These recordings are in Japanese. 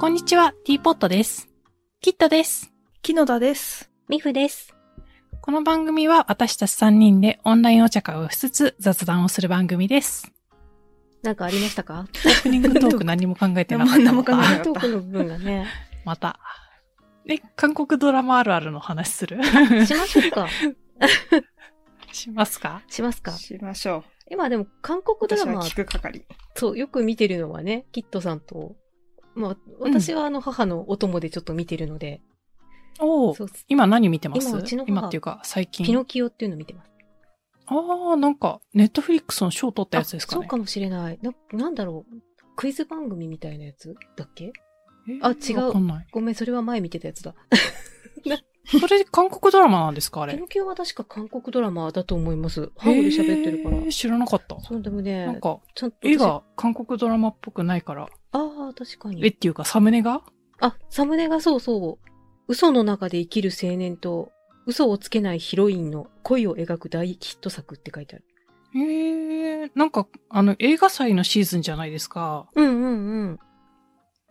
こんにちは、ティーポットです。キットです。木野田です。ミフです。この番組は私たち3人でオンラインお茶会をしつつ雑談をする番組です。なんかありましたかオープニングトーク何も考えてなかった何 も考えなかったトークの部分がね。また。え、韓国ドラマあるあるの話す るしましょうか。しますかしますか。しましょう。今でも韓国ド私ラはマ聞、く係。そう、よく見てるのはね、キットさんと、まあ、ん私はあの母のお供でちょっと見てるので、おおそう、今何見てます今今うちの母っていうか最ピ近。ノキオっていうの見てます。ああ、なんか、ネットフリックスの賞取ったやつですかあね。そうかもしれない。な、なんだろう。クイズ番組みたいなやつだっけえあ違うわかんない。ごめん、それは前見てたやつだ。それ韓国ドラマなんですかあピ れ。ノキオは確か韓国ドラマだと思います。ハングル喋ってるからえ。ー知らなかった。そう、でもね、なんか、ちゃんと私。絵が韓国ドラマっぽくないから、ああ、確かに。絵っていうかサムネがあ、サムネがそうそう。嘘の中で生きる青年と、嘘をつけないヒロインの恋を描く大ヒット作って書いてある。へえ、なんか、あの、映画祭のシーズンじゃないですか。うんうんうん。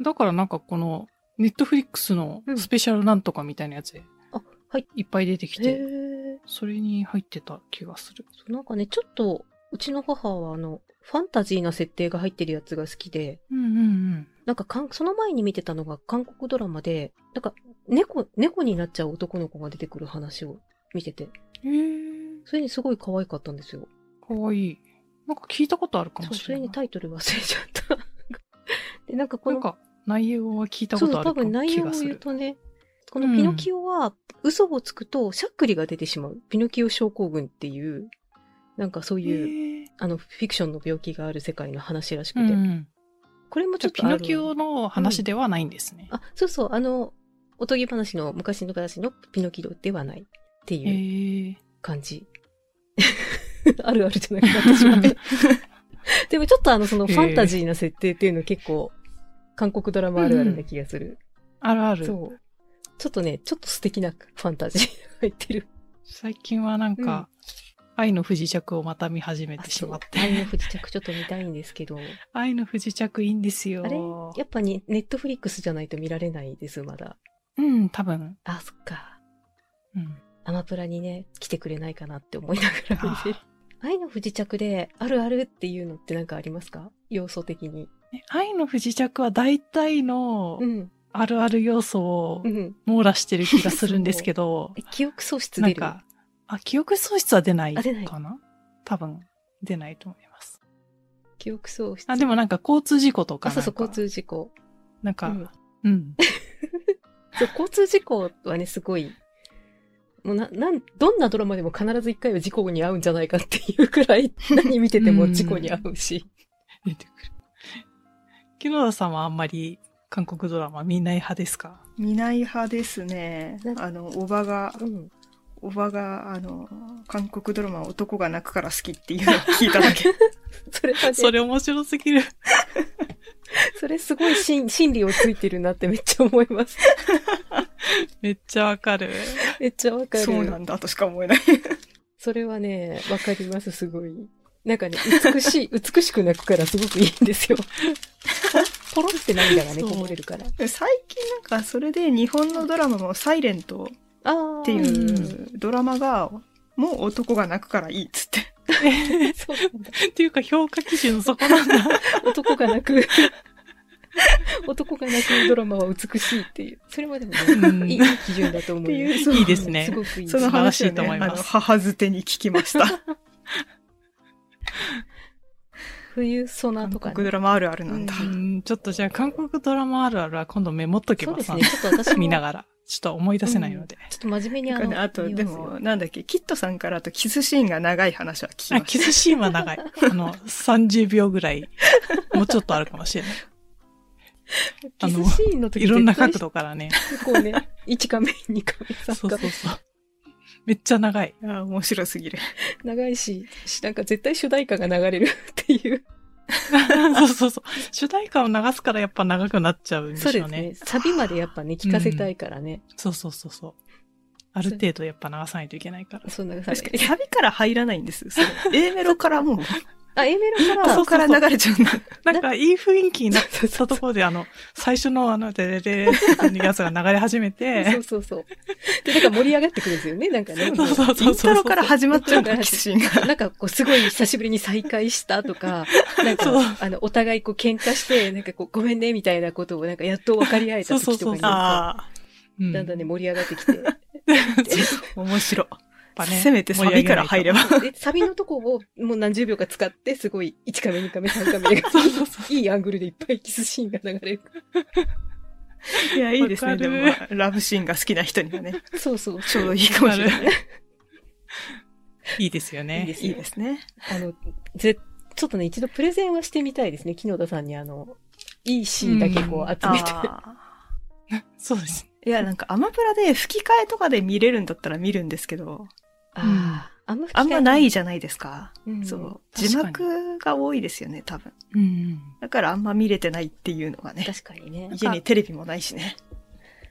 だからなんかこの、ネットフリックスのうんスペシャルなんとかみたいなやつで、あはい。いっぱい出てきへて、え。それに入ってた気がする。そうなんかね、ちょっと、うちの母はあの、ファンタジーな設定が入ってるやつが好きで、うんうんうん。なんかかん、その前に見てたのが韓国ドラマで、なんか、猫、猫になっちゃう男の子が出てくる話を見てて、へえ、それにすごい可愛かったんですよ。かわいい。なんか聞いたことあるかそもう、しそれれないに。タイトル忘れちゃった。 で、なんかこなのんか、内容は聞いたこそうとあ多るか分も内気容をがす言うる。とね、このピノキオは、嘘をつくと、しゃっくりが出てしまう。ピノキオ症候群っていう、なんかそういう、へえあの、フィクションの病気がある世界の話らしくうんて。うん。これもじちゃょあピっとあるノキオの話ではないんですね。あ、そうそう、あの、おとぎ話の昔の話のピノキオではないってへいう え。感じ。あるあるじゃなくなってし まって。でもちょっとあの、そのへフえァンタジーな設定っていうの結構、韓国ドラマあるあるな気がする。あるある。そう。ちょっとね、ちょっと素敵なファンタジー が入ってる。最近はなんか、愛の不時着をまた見始めてしまっあそう愛て。の不時着ちょっと見たいんですけど、あ 愛の不時着いいんですよ。れやっぱにネットフリックスじゃないと見られないです、まだ。うん、多分。あ、そっか。うん。アマプラにね、来てくれないかなって思いながら見てるあ。愛の不時着であるあるっていうのってなんかありますか要素的に。ね愛の不時着は大体のうん。あるある要素をうん。網羅してる気がするんですけ ど、え記憶喪失な出んる。か、あ、記憶喪失は出ないあ出ないかな多分、出ないと思います。記憶喪失。あ、でもなんか交通事故とかあ、なんか。そうそう、交通事故。なんか、ううんん。うそう、交通事故はね、すごい、もうな、なん、どんなドラマでも必ず一回は事故に遭うんじゃないかっていうくら い、何見てても事故に遭うし。ん出てくる。 木野田さんはあんまり韓国ドラマ見ない派ですか見ない派ですねなん。かあの、おばが、うん。おばが、あの、韓国ドラマ男が泣くから好きっ ていうのを聞いただけ。それはね、そそれれ面白すぎる。 すごい心心理をついてるなってめっちゃ思います。めっちゃわかる。 めっちゃわかる。そうなんだとしか思えない。それはね、わかります、すごい。なんかね、美 しい、美しく泣くからすごくいいんですよ。ポロって涙がね、そうこぼれるから。最近なんか、それで日本のドラマもサイレントあーっていうドラマが、もう男が泣くからいいっつって。 そうなんだっていうか評価基準そこなんだ。男が泣く、男が泣くドラマは美しいっていう。それまでもね、うんいいいい基準だと思うよ。っていうそういいですねすごくいい。その話を素晴らしいとね、思いあますの、母づてに聞き ました。冬ソナ韓とかね、国ドラマあるあるなんだ。うんちょっとじゃあ韓国ドラマあるあるは今度メモっとけそうばですさ、ね。ちょっと私も見ながら。ちょっと思い出せないので。ちょっと真面目になあんかね、の、あと、見でますよも、なんだっけ、キットさんからあと、キスシーンが長い話は聞きま あ、キした。スシーンは長い。あの、30秒ぐらい。もうちょっとあるかもしれない。あのキスシーンの時いろんな角絶対度からね。こうね、1画面、2画そ面、うそう3画そう面。。めっちゃ長 い。あー面白すぎる。長いし、しなんか絶対主題歌が流れるっていう。そうそうそう。主題歌を流すからやっぱ長くなっちゃうんでしそうでょうすねね。。サビまでやっぱね、聞かせたいからね。そうそうそうそう。ある程度やっぱ流さないといけないから。そんな感確 じかに、サビから入らないんです。それ A メロからもう、あ、A メロから、あそこから流れちゃうんだ。なんか、いい雰囲気になったところで、あの、最初の、あの、でででってやつが流れ始めそてう、そうそう。で、なんか盛り上がってくるんですよね、なんかね。そうそうイそうントそう。ロから始まっちゃうんだ、キスシーンが。 なんかこう、すごい久しぶりに再会したとか、なんかそう、あの、お互いこう、喧嘩して、なんかこう、ごめんね、みたいなことを、なんかやっと分かり合えそたうそう時とそう。かに、なんかああ。うだんだんね、盛り上がってきて、面白い。せめてサビから入れば。で、サビのとこをもう何十秒か使って、すごい、1カメ、2カメ、3カメ、そうそうそう。いいアングルでいっぱいキスシーンが流れる。いや、いいですね。わかでるも、まあラブシーンが好きな人にはね、そうそう。ちょうどいいかもしれ ない。いいですよね。いいですいいねで。すね。あの、ぜ、ちょっとね、一度プレゼンはしてみたいですね。木野田さんにあの、いいシーンだけこう集めて。あそうです。ーいや、なんかアマプラで吹き替えとかで見れるんだったら見るんですけど、 あーあんま、あんまない、じゃないですか。うんそう。確かに字幕が多いですよね、多分。うん。だからあんま見れてないっていうのがね。確かにね。家にテレビもないしね。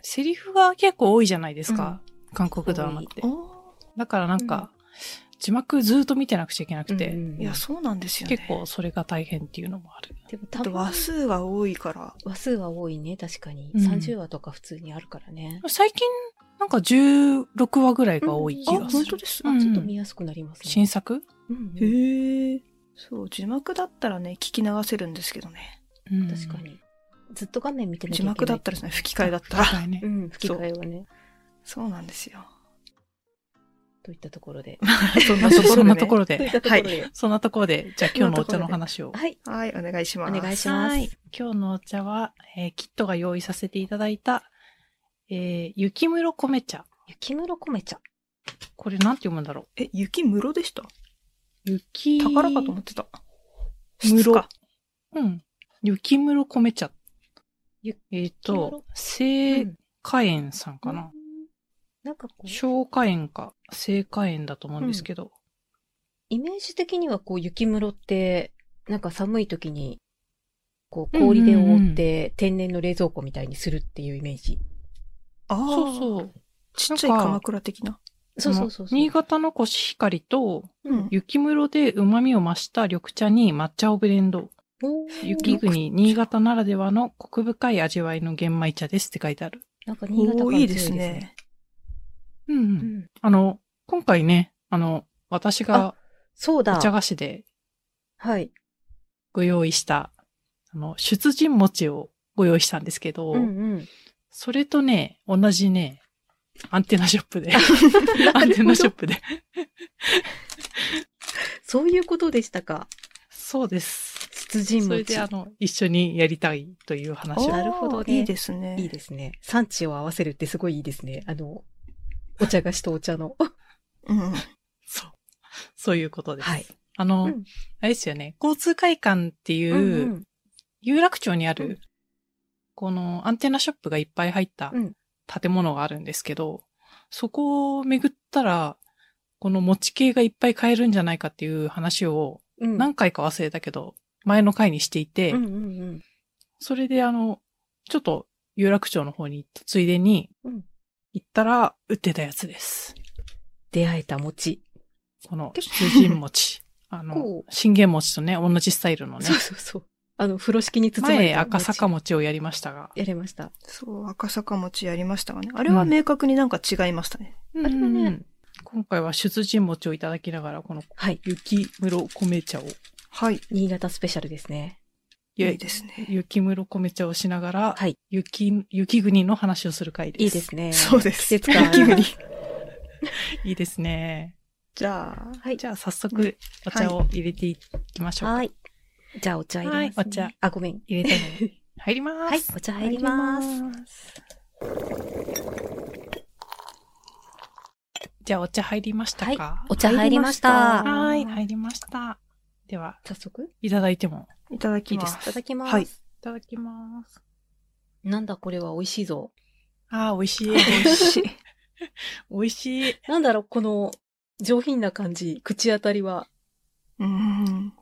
セリフが結構多いじゃないですか。韓国ドラマって。だからなんか、字幕ずっと見てなくちゃいけなくて、うんうんいや、そうなんですよね。結構それが大変っていうのもある。でもあ多と分話数が多いから。話数は多いね、確かに。うん30話とか普通にあるからね。最近、なんか16話ぐらいが多い気あ、がす本る。当です。うんちょっと見やすくなりますね。新作うんうんへえ。そう、字幕だったらね、聞き流せるんですけどね。確か。に。ずっと画面見てなきゃい字けない幕だったらですね、吹き替えだったら。ら。ねう。ん、吹き替えはね。そうなんですよ。 といったところで。 そんそんなところろといっで。たところで。そんなところで、じゃあ今日のお茶の話を。はい。で。はい、お願いします。お願いしまはすい。。今日のお茶は、えーキットが用意させていただいた、えー、雪室米茶。雪室米茶。これなんて読むんだろえ、雪室でした。う。雪。宝かと思ってた。室室か。うん。雪室米茶。えっゆ、と、う聖ん火園さんかな。なんかこう、小火園か、聖火園だと思うんですけど。イメージ的にはこう雪室って、なんか寒い時に、こううんうんうん氷で覆って天然の冷蔵庫みたいにするっていうイメージ。ああ。そうう。そう。ちっちゃい鎌倉的な。そうそうそうそう。新潟のコシヒカリと、うん。雪室で旨味を増した緑茶に抹茶をブレンド。おー雪国、新潟ならではのコク深い味わいの玄米茶ですって書いてある。なんか新お潟感お強ーいいいでですすね。ね。うん、う。うんんあの、今回ね、あの、私がそうおだ。茶菓子ではい。ご用意した、あの、出陣餅をご用意したんですけど、うん うん。それとね、同じね、アンテナショップで、アなンテるナほショッど。プで。そういうことでしたか。そうです。出陣それで、餅あ。の、一緒にやりたいという話あを。なるほどねおーいいですね。いいですね。産地を合わせるってすごいいいですね。あの、お茶菓子とお茶 の。うん。そう。そういうことです。はいあの、うんあれですよね、交通会館っていう、うん有楽町にある、うんこのアンテナショップがいっぱい入ったうん建物があるんですけど、そこを巡ったら、この餅系がいっぱい買えるんじゃないかっていう話をうん。何回か忘れたけど、前の回にしていて、うんうんうん。それであの、ちょっと有楽町の方に行ったついでにうん、行ったら売ってたやつです。出会えた餅。この結出陣餅。あのこ、信玄餅とね、同じスタイルのねそう、そうそう。あの、風呂敷に包まれた前赤坂も。餅をやりましたが、やれました。そう、赤坂餅やりましたがね。あれは明確になんか違いましたね。うんれはねうん今回は出陣餅をいただきながら、このはい。雪室米茶を、はい。新潟スペシャルですね。いやいいですね。雪室米茶をしながら、はい雪、雪国の話をする回です。いいですね。そうです。季節感ある雪国いいですね。 じゃあ、はい。じゃあ早速、お茶を入れていきましょうか。はい。じゃあお茶入れます、はいお茶。あ、ごめん。入れたのに入ります。はい、お茶入ります。じゃあお茶入りましたか、はい。お茶入りました。はーい、入りました。では、早速いただいてもいただいきいでますす。かいただきます。はいいただきます。なんだこれは美味しいぞ。ああ、美味しい。美味しい。美味しい。なんだろう、この上品な感じ。口当たりは。 うん。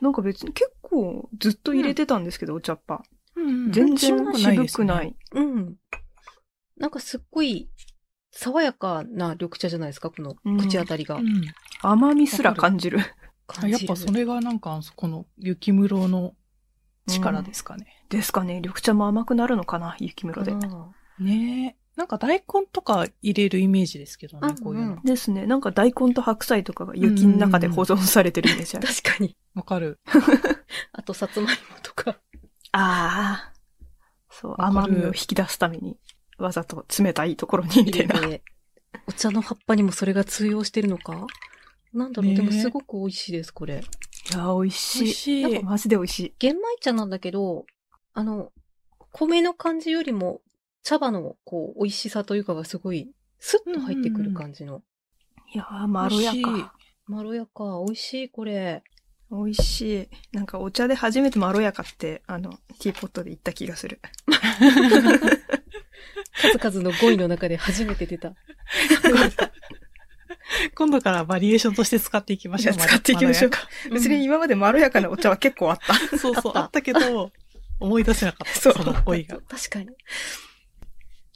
なんか別に結構ずっと入れてたんですけど、お茶っ葉。うん全然渋くな。ですねい。うん。なんかすっごい爽やかな緑茶じゃないですか、この口当たりが。うん甘みすら感じる。あ感じやるっぱそれがなんか、この雪室の力ですかね。ですかね。緑茶も甘くなるのかな、雪室で。あねえ。なんか大根とか入れるイメージですけどねあ、こういううんの。ですね。なんか大根と白菜とかが雪の中で保存されてるイメージあーる。確かに。わかる。あと、さつまいもとか。ああ。そう、わか甘るみを引き出すために、わざと冷たいところに、みたいな。入れてお茶の葉っぱにもそれが通用してるのかなんだろう、ねえでもすごく美味しいです、これ。いや、美味美味しい。しなんいか。マジで美味しい。玄米茶なんだけど、あの、米の感じよりも、茶葉の、こう、美味しさというかがすごい、スッと入ってくる感じの。いやー、まろや美味しいか。まろやか、美味しい、これ。美味しい。なんかお茶で初めてまろやかって、あの、ティーポットで言った気がする。数々の語彙の中で初めて出た。今度からバリエーションとして使っていきましょう。いや使っていき ましょうか。うん別に今までまろやかなお茶は結構あった。そう そう、あったあったけど、思い出せなかった。そ うその恋が。確かに。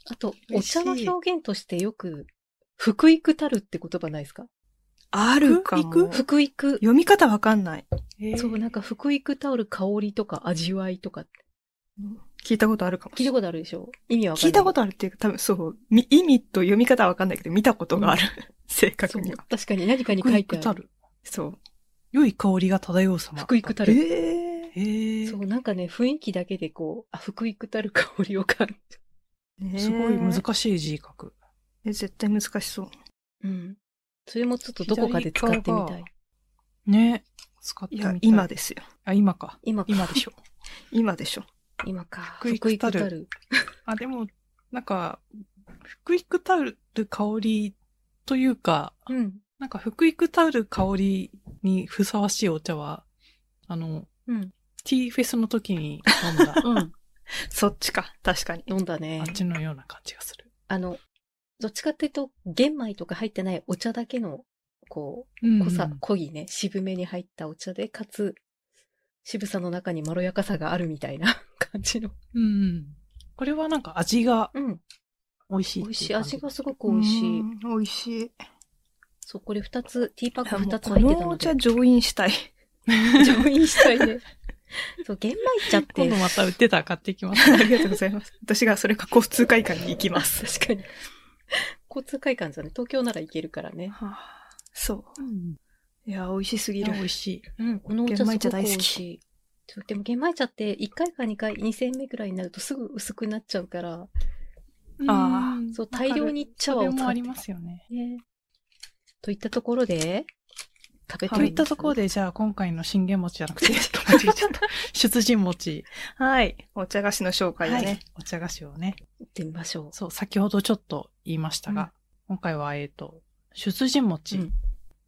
あと、美お味しい茶の表現としてよく、福育たるって言葉ないですか あるかも。行く福育。読み方わかんない。そう、なんか福育たる香りとか味わいとかって聞いたことあるかもし聞いれなたい。ことあるでしょ意味は聞いたことああるっていうか、多分そう、み意味と読み方はわかんないけど、見たことがある。正確には。確かに何かに書福い井てくあたる。る。そう。良い香りが漂う様。福育たえる。えへーそう、なんかね、雰囲気だけでこう、あ、福育たる香りを感じねえすごい難しい字書く。え絶対難しそう。うん。それもちょっとどこかで使ってみたい左。ね。使っていみたやい。、今。ですよ。あ、今か。今か。今でしょ。今でしょ。今か。福育たる福育あ、でも、なんか、福井くたる香りというか、たる。うん。なんか福井くたる香りにふさわしいお茶は、あの、うん。ティーフェスの時に飲ん だ、うん。そっちか。確かに。飲んだねあっ。ちのような感じがする。あの、どっちかっていうと、玄米とか入ってないお茶だけの、こうう、ん濃さ、濃いね、渋めに入ったお茶で、かつ、渋さの中にまろやかさがあるみたいな 感じの。うん。これはなんか味がうん。美味しい美っていう感味じ。しい。味がすごく美味しうい。ん。美味しい。いそう、これ二つ、ティーパッやクも二うつこ入ってたののおで茶。上飲したい。 上院したいね。そう、玄米茶っ今て度、また売ってたら買ってきます。ありがとうございます。私がそれか交通会館に行きます。確かに。交通会館じゃね、東京なら行けるからね。はあ、そううん。。いや、美味しすいぎやる。美味しい。うん、このお茶す玄ご米茶く大美好き味しい。そうでも玄米茶って1回か2回、2煎目ぐらいになるとすぐ薄くなっちゃうから、あうんそう、大量に茶そ葉れを使もっあてり。ますよね。ねといったところで、食べてといったところで。で、じゃあ今回の信玄餅じゃなくて、間違えち ゃった出陣餅。はい。お茶菓子の紹介をはね。い。お茶菓子をね。行ってみましょそう、先ほどちょっと言いましたが、今回は、えっ、と、出陣餅、うん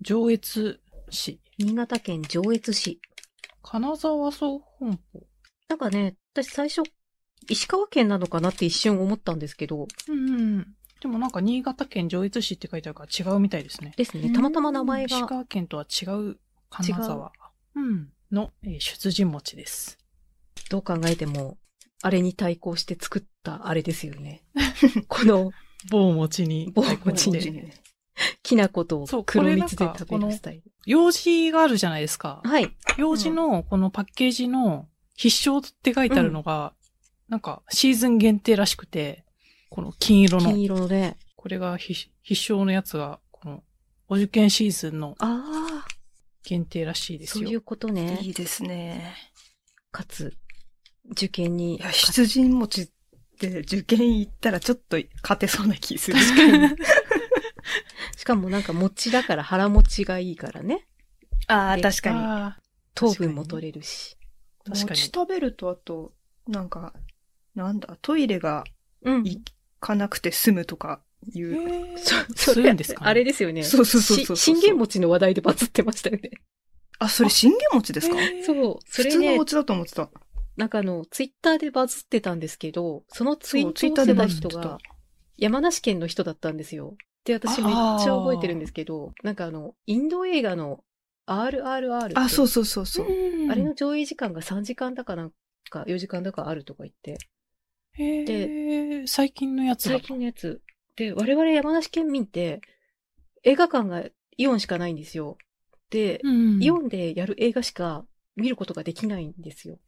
上越市、う。新潟県上越市。金沢総本舗。なんかね、私最初、石川県なのかなって一瞬思ったんですけど、うん、うん。でもなんか新潟県上越市って書いてあるから違うみたいですね。ですうね、んたまたま名前石が、川県とは違う金沢。うん。の、えー出陣餅です。どう考えても、あれに対抗して作ったあれです よね。この、棒餅に。棒はいこっちで餅にね、きなことそをうこれなん黒蜜かで食べるスタイル。用紙があるじゃないですか。はい。用紙のこのパッケージの必勝って書いてあるのが、なんかシーズン限定らしくて、この金色の金。色のね。これが必必勝のやつが、この、お受験シーズンのああ、限定らしいですそうよ。いうことね。いいですね。かつ、受験に。いや、出陣餅って受験行ったらちょっと勝てそうな気する。確かに。しかもなんか餅だから腹持ちがいいからね。あー確に。あ糖分も取れるし。ー確か餅に。食べると、あと、なんか、なんだ、トイレがうんい行かなくて済むとかいう。えーそそそれれですかねあれですよね。そうそうそうそうそうし信玄餅の話題でバズってましたよね。あ、それ信玄餅ですかえーそう。そ普れ通のねお、家だと思ってた。なんかあの、ツイッターでバズってたんですけど、そのツイそうツイーットターでをしたバ人ズってがた、山梨県の人だったんですよ。で、私めっちゃ覚えてるんですけど、なんかあの、インド映画の RRR って。あ、そうそうそうそう。うんあれの上映時間が3時間だかなんか、4時間だかあるとか言って、えー最近のやつだ最。近のやつ。で、我々山梨県民って、映画館がイオンしかないんですよ。って、うんイオンでやる映画しか見ることができないんですよ。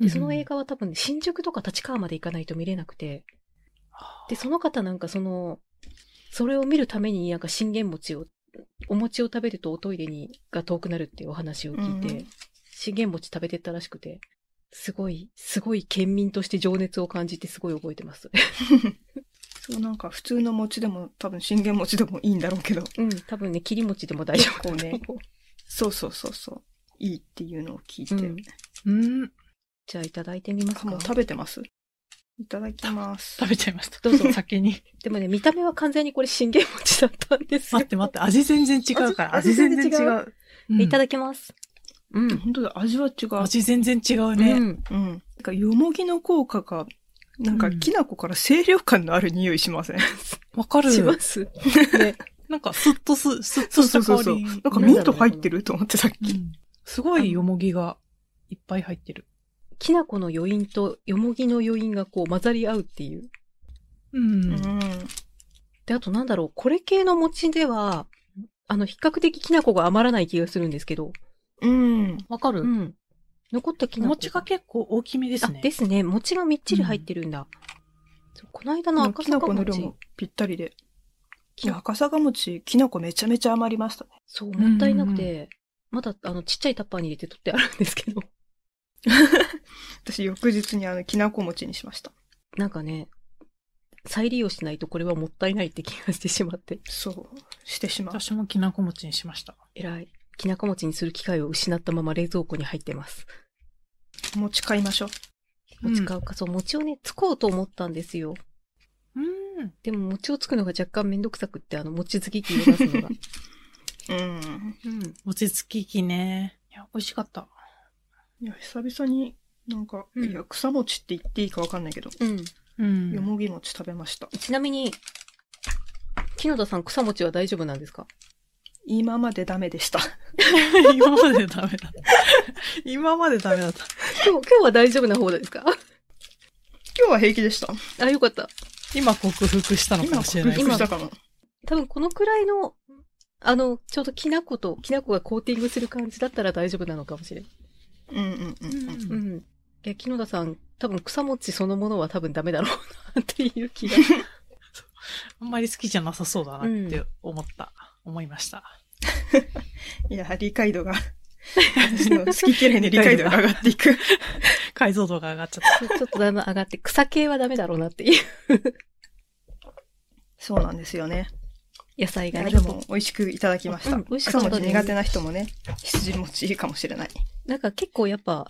で、その映画は多分ね新宿とか立川まで行かないと見れなくて、で、その方なんかその、それを見るためになんか信玄餅を、お餅を食べるとおトイレにが遠くなるっていうお話を聞いて、うん信玄餅食べてったらしくて、すごい、すごい県民として情熱を感じてすごい覚えてます。そうなんか普通の餅でも多分信玄餅でもいいんだろうけどうん、 多分ね、切り餅でも大丈夫だと思う結そうそうそうそういいっていうのを聞いて、うんうんじゃあいただいてみますあもかう。食べてますいただきます食べちゃいました。どうぞ先に。でもね、見た目は完全にこれ信玄餅だったんですよ待って待って、味全然違うから。 味味全然違味全然う。うんいただきます。うん。本当だ味は違う味全然違ううね。うんんなんかよもぎの効果がなんうかんきな粉から清涼感のある匂いしません、わかしまる。す。ね、なんかスッとす、スッそとうしそたうそう香そうり。なんかミント入ってると思ってさっき、うんすごいよもぎがいっぱい入ってる。きな粉の余韻とよもぎの余韻がこう混ざり合うっていう。うん。うんで、あとなんだろう、これ系の餅では、あの、比較的きな粉が余らない気がするんですけど。うんわかるうん。残ったきな粉。餅が結構大きめですあ、ね。ですね。餅がみっちり入ってるんだ。そうこの間の赤きな坂粉の餅。量もぴったりで。きいなや赤坂餅、きな粉めちゃめちゃ余りましたね。そう、もったいなくて、まだあの、ちっちゃいタッパーに入れて取ってあるんですけど。私、翌日にあの、きな粉餅にしました。なんかね、再利用しないとこれはもったいないって気がしてしまって。そう、してしまう。私もきなこ餅にしました。偉い。きなこ餅にする機会を失ったまま冷蔵庫に入ってます。餅買いましょう。餅買うか、そう、餅をね、つこうと思ったんですよ。うん。でも餅をつくのが若干めんどくさくって、あの、餅つき器を出すのが。うん。うん。餅つき器ね。いや、美味しかった。いや、久々に、なんか、うんいや、草餅って言っていいかわかんないけど、 うん。うよん。もぎ餅食べました。ちなみに、木野田さん、草餅は大丈夫なんですか今までダメでした。 今までダメだった。今までダメだった。今日、今日は大丈夫な方ですか 今日は平気でした。あ、よかった。今克服したのか今、もし克れな服い。したかも。多分このくらいの、あの、ちょうどきな粉と、きな粉がコーティングする感じだったら大丈夫なのかもしれない。うんうんうんうん。ううんん。いや、木野田さん、多分草餅そのものは多分ダメだろうなっていう 気が。あんまり好きじゃなさそうだなって思った。思いました。いや、理解度が、 私の好き嫌いに理解度が上がっていく。解像度が上がっちゃった。ちょっとだんだん上がって、草系はダメだろうなっていう。そうなんですよね。 野菜いがやね。でも美味しくいただきました。うん美味しか草ったです餅苦手な人もね、羊餅いいかもしれない。なんか結構やっぱ、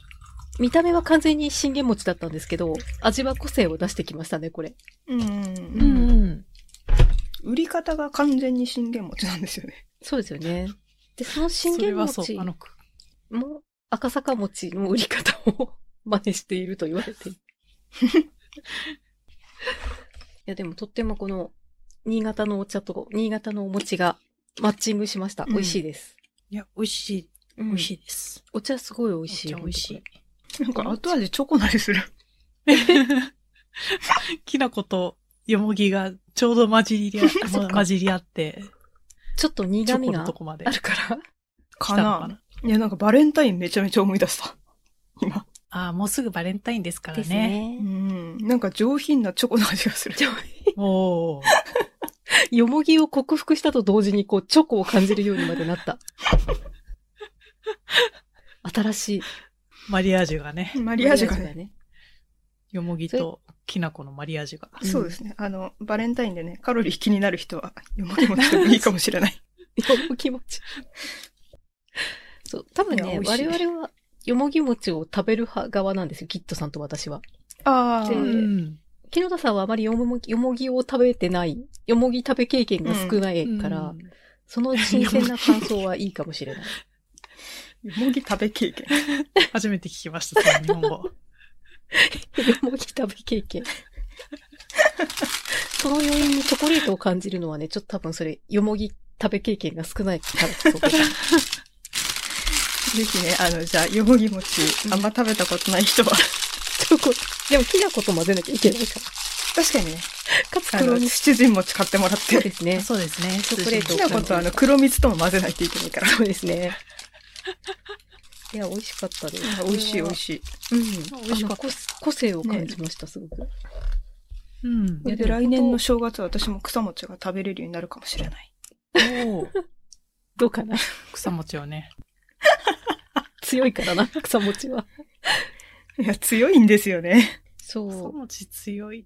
見た目は完全に信玄餅だったんですけど、味は個性を出してきましたね、これ。うんん。ん。売り方が完全に信玄餅なんですよね。そうですよね。で、その信玄それ餅はそう。あの、も赤坂餅の売り方を 真似していると言わ れている。いや、でもとってもこの、新潟のお茶と新潟のお餅がマッチングしました。うん美味しいです。いや、美味しい、美美味しいです。お茶すごい美味美しい。美味しなんか後味チョコなりする。い。きな粉とよもぎがちょうど混じり合 そっっか混じり合って、ちょっとチ苦ョ味コのがとこまであ。るから。か来たのかなぁいや、なんかバレンタインめちゃめちゃ思い出した。今。ああ、もうすぐバレンタインですからですね。うね。ん。なんか上品なチョコの味がする。ちょおお。よもぎを克服したと同時に、こう、チョコを感じるようにまでなった。新しい。マリアージュがね。マリアージュがマね。ね。よもぎときな粉のマリアージュが。ジュがねそうですね。あの、バレンタインでね、カロリー気になる人は、よもぎ餅でもいいかもしれない。よもぎ餅。そう、多分いやね、美味しい我々は、よもぎ餅を食べる派側なんですよ、キットさんと私は。あううーでん。木野田さんはあまりよもぎよもぎを食べてない、よもぎ食べ経験が少ないから、うん、その新鮮な感想はいいかもしれない。よもぎ食べ経験。初めて聞きました、その日本 語。よもぎ食べ経験。 その余韻にチョコレートを感じるのはね、ちょっと多分それ、よもぎ食べ経験が少ないからこそ。ぜひね、あの、じゃあ、よもぎ餅、あんま食べたことない人は、チョコでもきな粉と混ぜなきゃいけないから。確かにね。かつあ黒の、蜜。七人餅買ってもらっそうて。ですね。そうですね。チョコレートき通な信粉のとあの、黒蜜とも混ぜないといけないから。そうですね。いや、美味しかったです。美味しい美味ししい。い。うん。美味しかったあのこ個性を感じました、すごく。うんい。やででも来年の正月は私も草餅が食べれるようになるかもしれない。おーどうかな草餅をね。強いからな、草餅は。いや、強いんですよね。草そう。餅強い。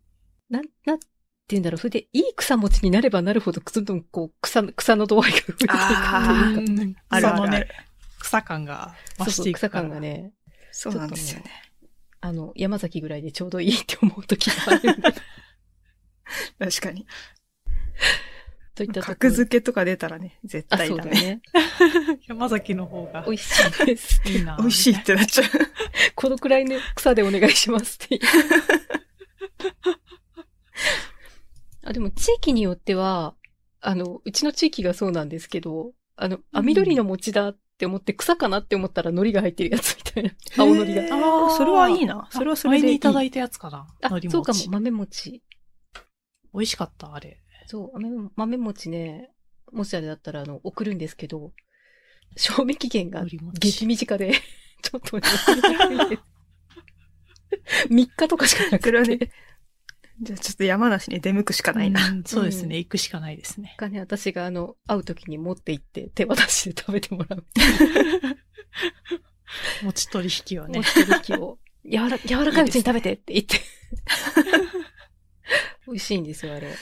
なん、なんて言うんだろう。それで、いい草餅になればなるほど、どんどんこう、草の、草の度合いが増えていくあというか。うんあるあるそのね草感がそう増しそてう、いく草から。感がね、そうなんですよね。あの、山崎ぐらいでちょうどいいって思う時があ るんで確かに。といったところ格付けとか出たらね、絶あ、対そうだだね。ね。山崎の方が美味し いです。いいな。美味しいってなっちゃう。このくらいの草でお願いします って。あ、でも地域によっては、あの、うちの地域がそうなんですけど、あの、あ、うん緑の餅だって思って草かなって思ったら海苔が入ってるやつみたいな。青海苔が。へーあーそれはいいな。それはそれ前でいにいい。ただいたやつかな。あ海苔、餅そうかも。豆餅。美味しかった、あれ。そう、豆豆餅ね、もしあれだったら、あの、送るんですけど、賞味期限が海苔激餅。短で、 ちょっとね、3日とかしかなくそれはねて。じゃあちょっと山梨に出向くしかないな。うんそうですね。行くしかないですね。か ね、私があの、会う時に持って行って手渡しで食べてもらう。餅取引は持ね。ち手引きを。 柔ら、柔らかいうちに食べてって言って。美味しいんですよ、あれ。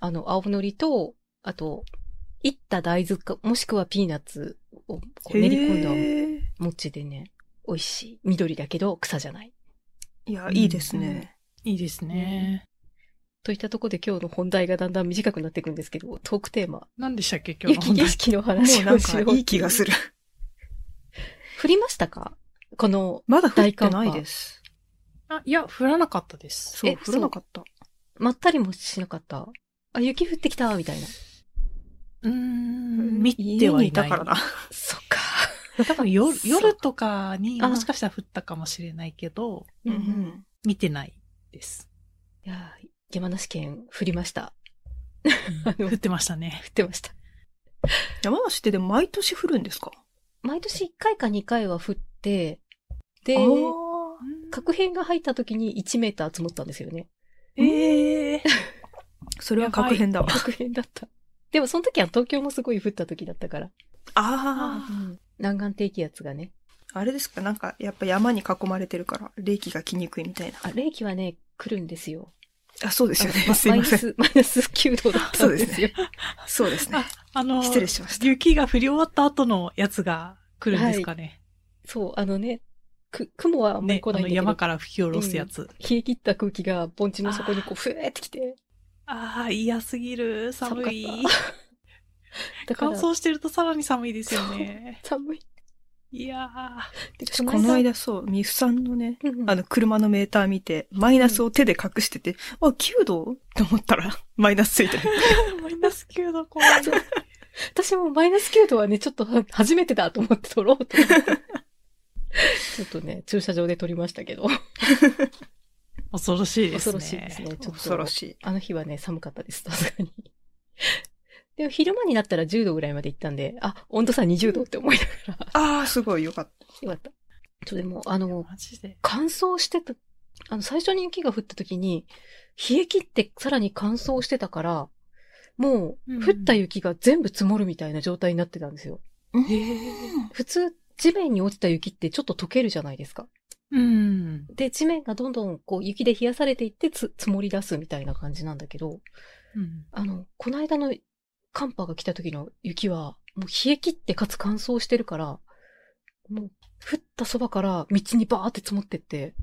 あの、青のりと、あと、いった大豆か、もしくはピーナッツをこう練り込んだへー餅でね、美味しい。緑だけど草じゃない。いや、いいですね。いいですね。といったところで今日の本題がだんだん短くなっていくんですけど、トークテーマ、何でしたっけ、今日の本雪景題。色のも話うなをんしようかいい気がする。る。降りましたかこの、まだ降ってないです。あ、いや、降らなかったです。そう、え降らなかった。まったりもしなかった。あ、雪降ってきた、みたいな。うーん、見て家はいにいなたい。からな。そっか。多分夜そう夜とかにあもしかしたら降ったかもしれないけど、うんういん。見てないです。やー、山梨県降りました。 うん降ってましたね。降ってました。山梨ってでも毎年降るんですか毎年1回か2回は降って、であ、ー核片が入った時に1メーター積もったんですよね。ええそれは確変だわ。核片だった。でもその時は東京もすごい降った時だったから。ああ。南岸低気圧がね。あれですかなんか、やっぱ山に囲まれてるから、冷気が来にくいみたいな。あ、冷気はね、来るんですよ。あ、そうですよねあ。のすいません。マイナス、マイナス9度だったんですよ。そうそうですね。あの、失礼しました。雪が降り終わった後のやつが来るんですかね。そう、あのね、く、雲はあんまりね、来あないんのだけど、山から吹き下ろすやつ。冷え切った空気が盆地の底にこう、ふえーってきて、ああ、嫌すぎる。寒い。寒かっだか 乾ら、燥してるとさらに寒いですよね。寒い。いやで私この、間そう、ミフさんのね、うんあの、車のメーター見て、マイナスを手で隠してて、あ、9度と思ったら、 マイナスついてる。ー、マ イナス9度怖い。私もマイナス9度はね、ちょっとは初めてだと思って撮ろうと思って。ちょっとね、駐車場で撮りましたけど、恐ろしいです恐ね。ろしいですね。ちょっと恐ろしい。あの日はね、寒かったです、さすがに。でも昼間になったら10度ぐらいまで行ったんで、あ、温度差20度って思いながら、ああ、すごいよかった。よかった。そうでも、あの、マジで。乾燥してた、あの、最初に雪が降った時に、冷え切ってさらに乾燥してたから、もうんう、降った雪が全部積もるみたいな状態になってたんですよ。ええ普通、地面に落ちた雪ってちょっと溶けるじゃないですか。うん。で、地面がどんどんこう雪で冷やされていってつ積もり出すみたいな感じなんだけど、うんあの、この間の寒波が来た時の雪は、もう冷え切ってかつ乾燥してるから、もう降ったそばから道にバーって積もってって、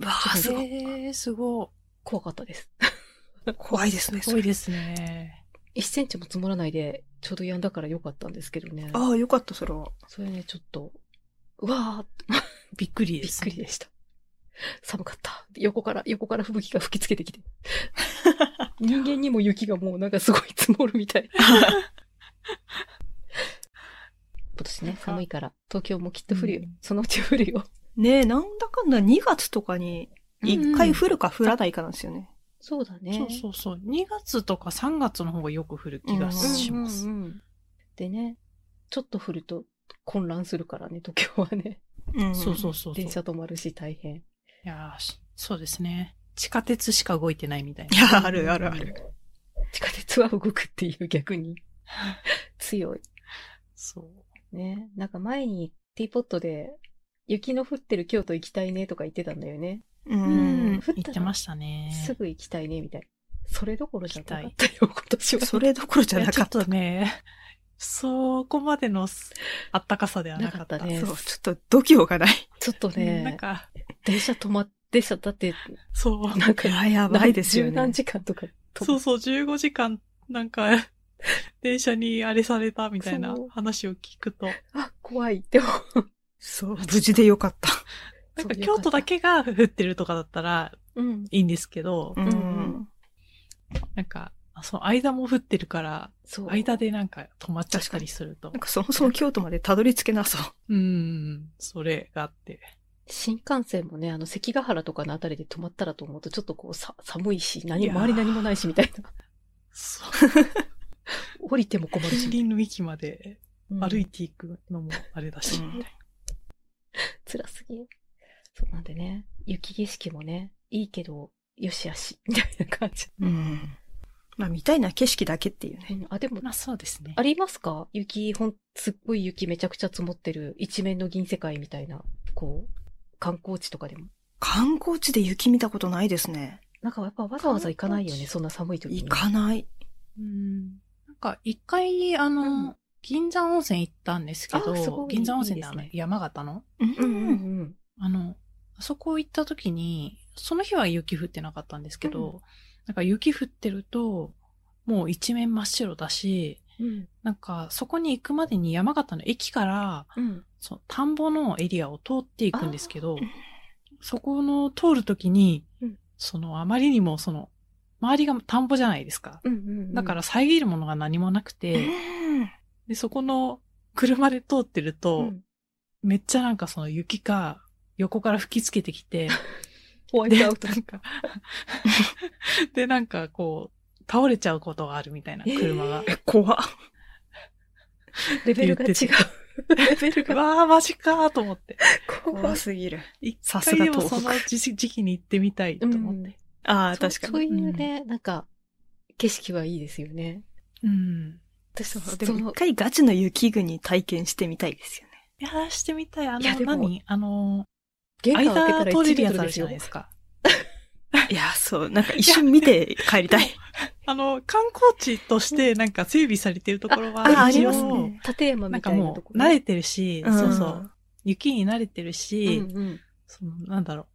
わあ、すごい。えー、すご怖かったです。 怖いですね、い。すそごいれ。ですね。 1センチも積もらないで、ちょうど止んだから良かったんですけどね。ああ、よかった、それは。それね、ちょっと、うわー、びっくりびでっす、くりでした。寒かった。横から、横から吹雪が吹きつけて きて。人間にも雪がもうなんかすごい積もるみたい。今年ね、寒いから、東京もきっと降るよ。うんそのうち降るよ。ねえ、なんだかんだ2月とかに、1回降るか降らないかなんですよね。そうだね。そうそうそう。2月とか3月の方がよく降る気がします。うんうんうんでね、ちょっと降ると混乱するからね、東京はね。うんそうそうそうそう。電い車止まるし大変。やーしそうですね。地下鉄しか動いてないみたいいな。 や、あるあるある。地下鉄は動くっていう逆に強い。そう。ね。なんか前にティーポットで雪の降ってる京都行きたいねとか言ってたんだよね。ううんん。。降ったら言ってましたね。すぐ行きたいねみたいな。それどころじゃなか行っきたよ、今年は。それどころじゃいなやちかょっ。ったとね、そこまでのすあったかさではなかった。なかったねそう、ちょっと度胸がない。ちょっとうんなんね、か、電車止まってさ、だって、そう。なんか、や、やばいですよ十何ね。時間とか止そうまっそう、15時間、なんか、電車にあれされたみたいなそう話を聞くと、あ、怖いって思う。そう、無事でよかった。なんか京都だけが降ってるとかだったらうん。いいんですけど、うんん。なんか、その間も降ってるから、そう。間でなんか止まっちゃったりするとなん。かそもそも京都までたどり着けなそう。うん、それがあって。新幹線もね、あの、関ヶ原とかのあたりで止まったらと思うと、ちょっとこう、さ、寒いし、い何、やー周り何もないし、みたいな。そう。降りても困る近し。隣の域までうん歩いていくのもあれだし、うんみたい辛すぎる。そうなんでね、雪景色もね、いいけど、よしあし、 みたいな感じ。うん。まあ、見たいな景色だけっていうね。うんあ、でもな。、まあそうですねあ。りますか雪、ほん、すっごい雪めちゃくちゃ積もってる、一面の銀世界みたいな、こう、観光地とかでも。観光地で雪見たことないですね。なんかやっぱわざわざ行かないよ観光ね、地そんな寒い時に。行かない。うんなんか一回、あの、うん銀山温泉行ったんですけあすごど、い銀山温泉ってあのいいです山形のううんうんう。ん。あの、あそこ行った時に、その日は雪降ってなかったんですけど、うなんか雪降ってると、もう一面真っ白だし、うん。なんかそこに行くまでに山形の駅から、うん。そう、田んぼのエリアを通っていくんですけど、そこの通る時に、うんそのあまりにもその、周りが田んぼじゃないですか。うんうん。だから、遮るものが何もなくて、うんで、そこの車で通ってると、うん、めっちゃなんかその雪が横から吹きつけてきて、ホワイで、トアなんウト。か、で、なんかこう、倒れちゃうことがあるみたいな、車が。え、怖っ。レベルが違う。レベ ルうがわー、マジかーと思って。怖怖い。すぎる。一さす回がでも東そ北の時時期に行ってみたいと思って。ああ、そう確かそうに。いうね、なんか、景色はいいですよね。うん。私そうは、でそもの一、回ガチの雪国体験してみたいですよね。いやー、してみたい。あの、いやでも何あのー、玄関開けた間ら通れ1るリやッつトあるルでじすゃなよい。ですか。いや、そう、なんか一瞬見て帰りたい。あの、観光地としてなんか整備されてるところは、ああ一応ありますね立山なんみかたいなもとこう、ろ。慣れてるし、んそうそう。。雪に慣れてるし、うんうん。その、なんだろう。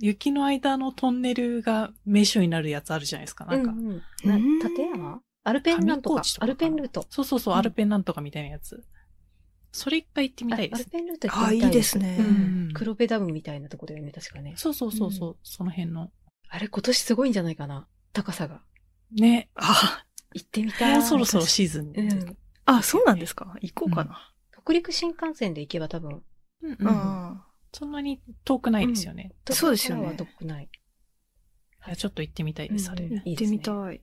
雪の間のトンネルが名所になるやつあるじゃないですか。なんか、うんううんんな立山アルペンなんと上高か地とかアルペンルート。そうそうそう、うんアルペンなんとかみたいなやつ。それ一回行ってみあたいでアルす。ペンルート行あっあ、ていみたいいです。ねう。うんん。黒部ダムみたいなとこだよね、確かね。そうそうそうそう、その辺の。あれ、今年すごいんじゃないかな。高さが。ね。あ行ってみたもい。うそろそろシーズンうで。ん。あ、あそうなんですか。行こうかな。北陸新幹線で行けば多分、うんう。うんんそんなに遠くないですよね。そうですよね東京からは遠くない。いやちょっと行ってみたいです、あれ。うん 行ってみたい。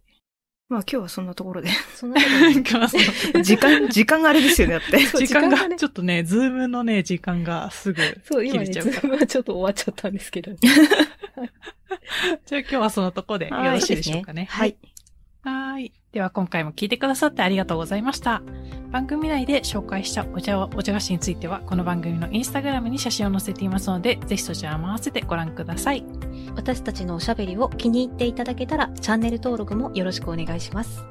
まあ今日はそんなところで。 そんなところな にんかその時間、時間があれですよね、だって。そう時間時間がねが、ちょっとね、ズームのね、時間がすぐそう、切今ね、れちズゃうから。ームはちょっと終わっちゃったんで すけど。よじゃあ今日はそのとこでよろしいでしょうかね。はい。はい。では今回も聞いてくださってありがとうございました。番組内で紹介したお茶を、お茶菓子については、この番組のインスタグラムに写真を載せていますので、ぜひそちらも合わせてご覧ください。私たちのおしゃべりを気に入っていただけたら、チャンネル登録もよろしくお願いします。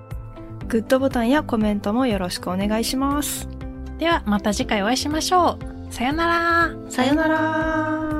グッドボタンやコメントもよろしくお願いします。ではまた次回お会いしましょう。さよなら。さようなら。ら。